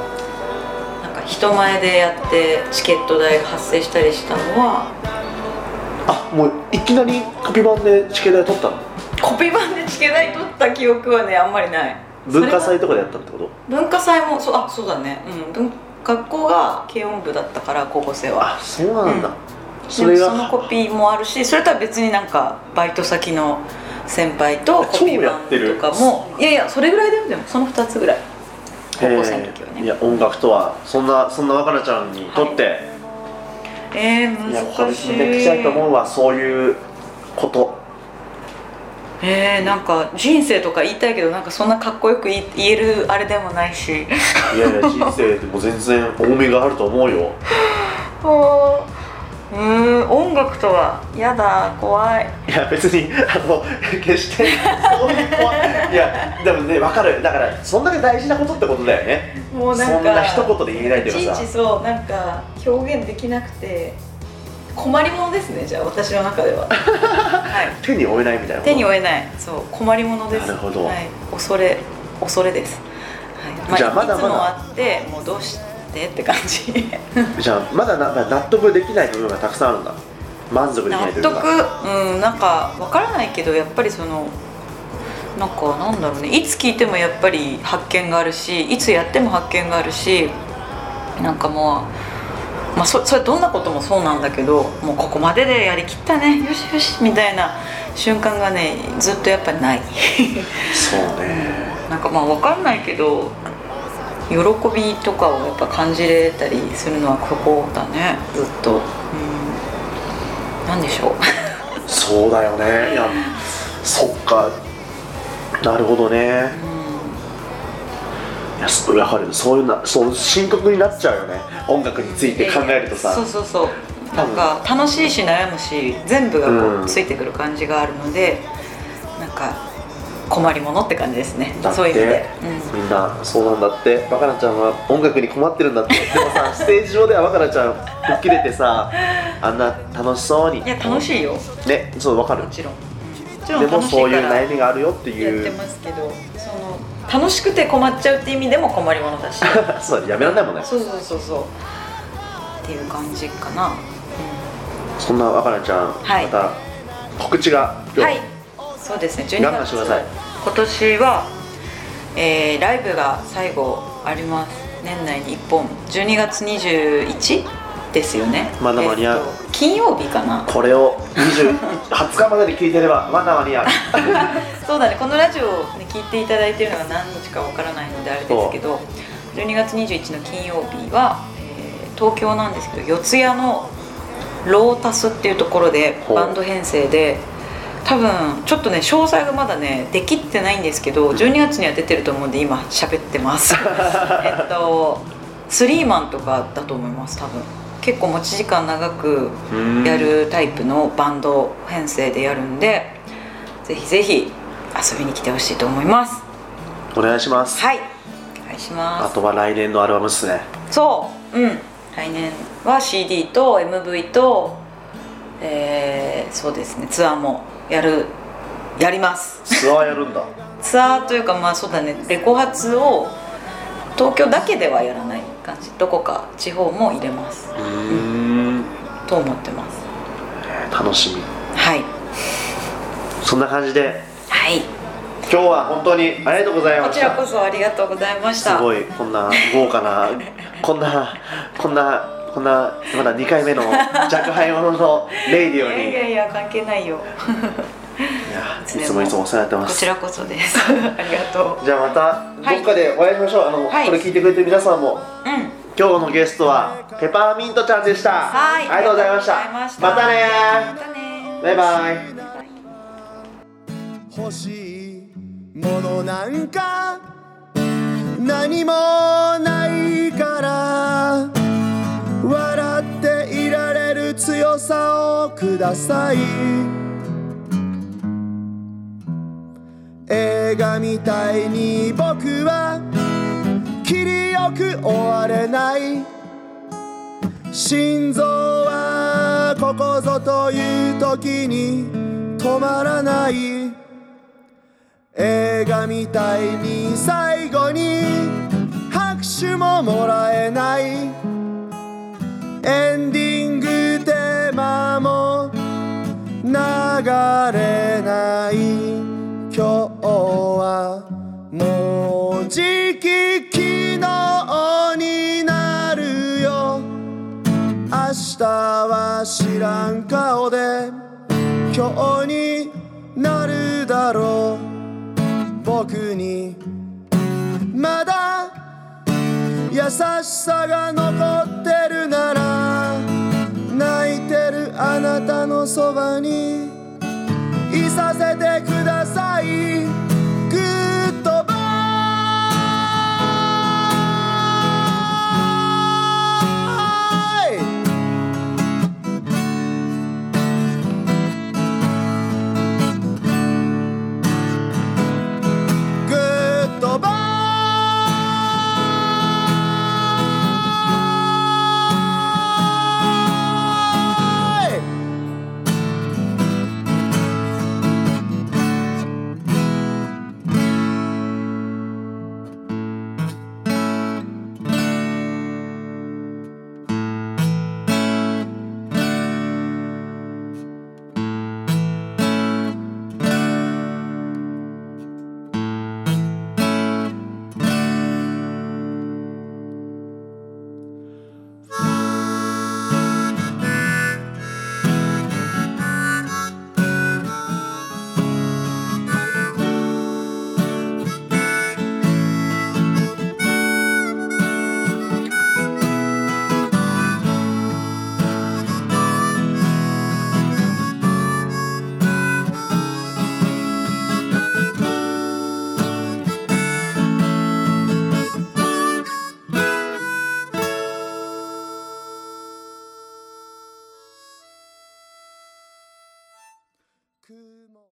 なんか人前でやってチケット代が発生したりしたのは
あもういきなりコピー版でチケ代取ったの
コピーバンドでチケ代取った記憶はねあんまりない
文化
それ
祭とかでやったってこと
文化祭もそうあそうだねうん文学校が軽音部だったから高校生は
あそうなんだ、
うん
それ
でも
が
そのコピーもあるしそれとは別になんかバイト先の先輩とコピーバンドとか
超や
もいやいやそれぐらいだよでもその2つぐらい高校生の時は
えーい
ね
や音楽とはそんなそんな若菜ちゃんにとって、
えー、
いやこ
難
れ
し
めっちゃいいと思うわそういうこと
えー、なんか人生とか言いたいけどなんかそんなかっこよく言い言えるあれでもないし
いやいや人生でも全然重みがあると思うよ
(laughs) おうーん音楽とはやだ怖い
いや別にあの決してそういう怖いいやでもね分かるだからそんだけ大事なことってことだよね
もうなんか
そんな一言で言えないと
い
いう
ち
か
い
さ
ちそうなんか表現できなくて困りものですねじゃあ私の中で
(laughs)
は、はい、
手に負えないみたいな
手に
え
負えないそう困りものです
なるほど
はい、恐れ恐れです、はい
じゃあまだまだ
いつもあってもうどうしてって感じ
じゃあまだなんか納得できない部分がたくさんあるんだ満足できな
納
いという
得
か
うんなんかわからないけどやっぱりそのなんかなんだろうねいつ聞いてもやっぱり発見があるしいつやっても発見があるしなんかもう、まあ、そそれどんなこともそうなんだけどもうここまででやりきったねよしよしみたいな瞬間がねずっとやっぱない (laughs)
そうね
なんかまあわかんないけど喜びとかをやっぱ感じれたりするのはここだねずっと。うんなんでしょう
そうだよねいやそっかなるほどねいやすわかるそういうなそう深刻になっちゃうよね音楽について考えるとさ
そうそうそう
多
な
分
んか楽しいし悩むし全部が
う
こ
ん
うついてくる感じがあるので、なんか困りものって感じですね
だっ
そういう意味
て
で、うん
みんなそうなんだって若菜ちゃんは音楽に困ってるんだってでも
(laughs)
さステージ上では若菜ちゃん吹っ切れてさあんな楽しそうに
いや楽しいよも
ねそうわかる
ちろんもちろ
で
ん
も
楽しい
そうい
か
う
らや
悩みがあるよって
っ
い
て
う
ますけどその楽しくて困っちゃうって意味でも困りものだ
(laughs)
し
そうだねやめられないもんね
そうそうそうそうっていう感じかな
そんな若菜ちゃん、
はい
また告知が今
は
日
い、そうですね。12
我慢し
月
てください
今年は、えーライブが最後あります。年内に1本。12月21ですよね。
まだ間に合う
えーと金曜日かな。
これを20 20日までに聞いてればまだ間に合う
そうだね。このラジオを、ね、聞いていただいてるのが何日かわからないのであれですけど、12月21の金曜日は、えー東京なんですけど四谷のロータスっていうところで
ほう
バンド編成で多分ちょっとね詳細がまだねできてないんですけど12月には出てると思うんで今喋ってます
(laughs)
えっとスリーマンとかだと思います多分結構持ち時間長く
うん
やるタイプのバンド編成でやるんでぜひぜひ遊びに来てほしいと思います
お願いします
はいお願いしま
あ
す
とは来年のアルバムっすね
そううん来年は CD と MV と、えーそうですねツアーもやるやります
ツアーやるんだ
ツアーというかまあそうだねレコ発を東京だけではやらない感じどこか地方も入れます
うん
と思ってます
楽しみ
はい
そんな感じで
はい
今日は本当にありがとうございま
こ
し
ちら
た
こそありがとうございまし
す
た
ごいこんな豪華なこんなこんなこんなまだ2回目の若輩者のレイディオに
いやいやいや関係ないよ
いやいつもいつもお世話になってま
こ
す
ちらこそです
(laughs)
ありがと
じゃあまた
はい
どっかでお会いしましょう、あの、
はい
これ聞いてくれてる皆さんも
ううん
今日のゲストはペパーミントちゃんでした
はい
ありがとうございました
ありがとうございました
またね
またね
バイバイ
バイ
欲しいものなんか何もないから笑っていられる強さをください映画みたいに僕は切りよく終われない心臓はここぞという時に止まらない映画みたいに最後に拍手ももらえないエンディングテーマも流れない今日はもうじき昨日になるよ明日は知らん顔で今日になるだろう僕にまだ優しさが残ってるなら泣いてるあなたのそばに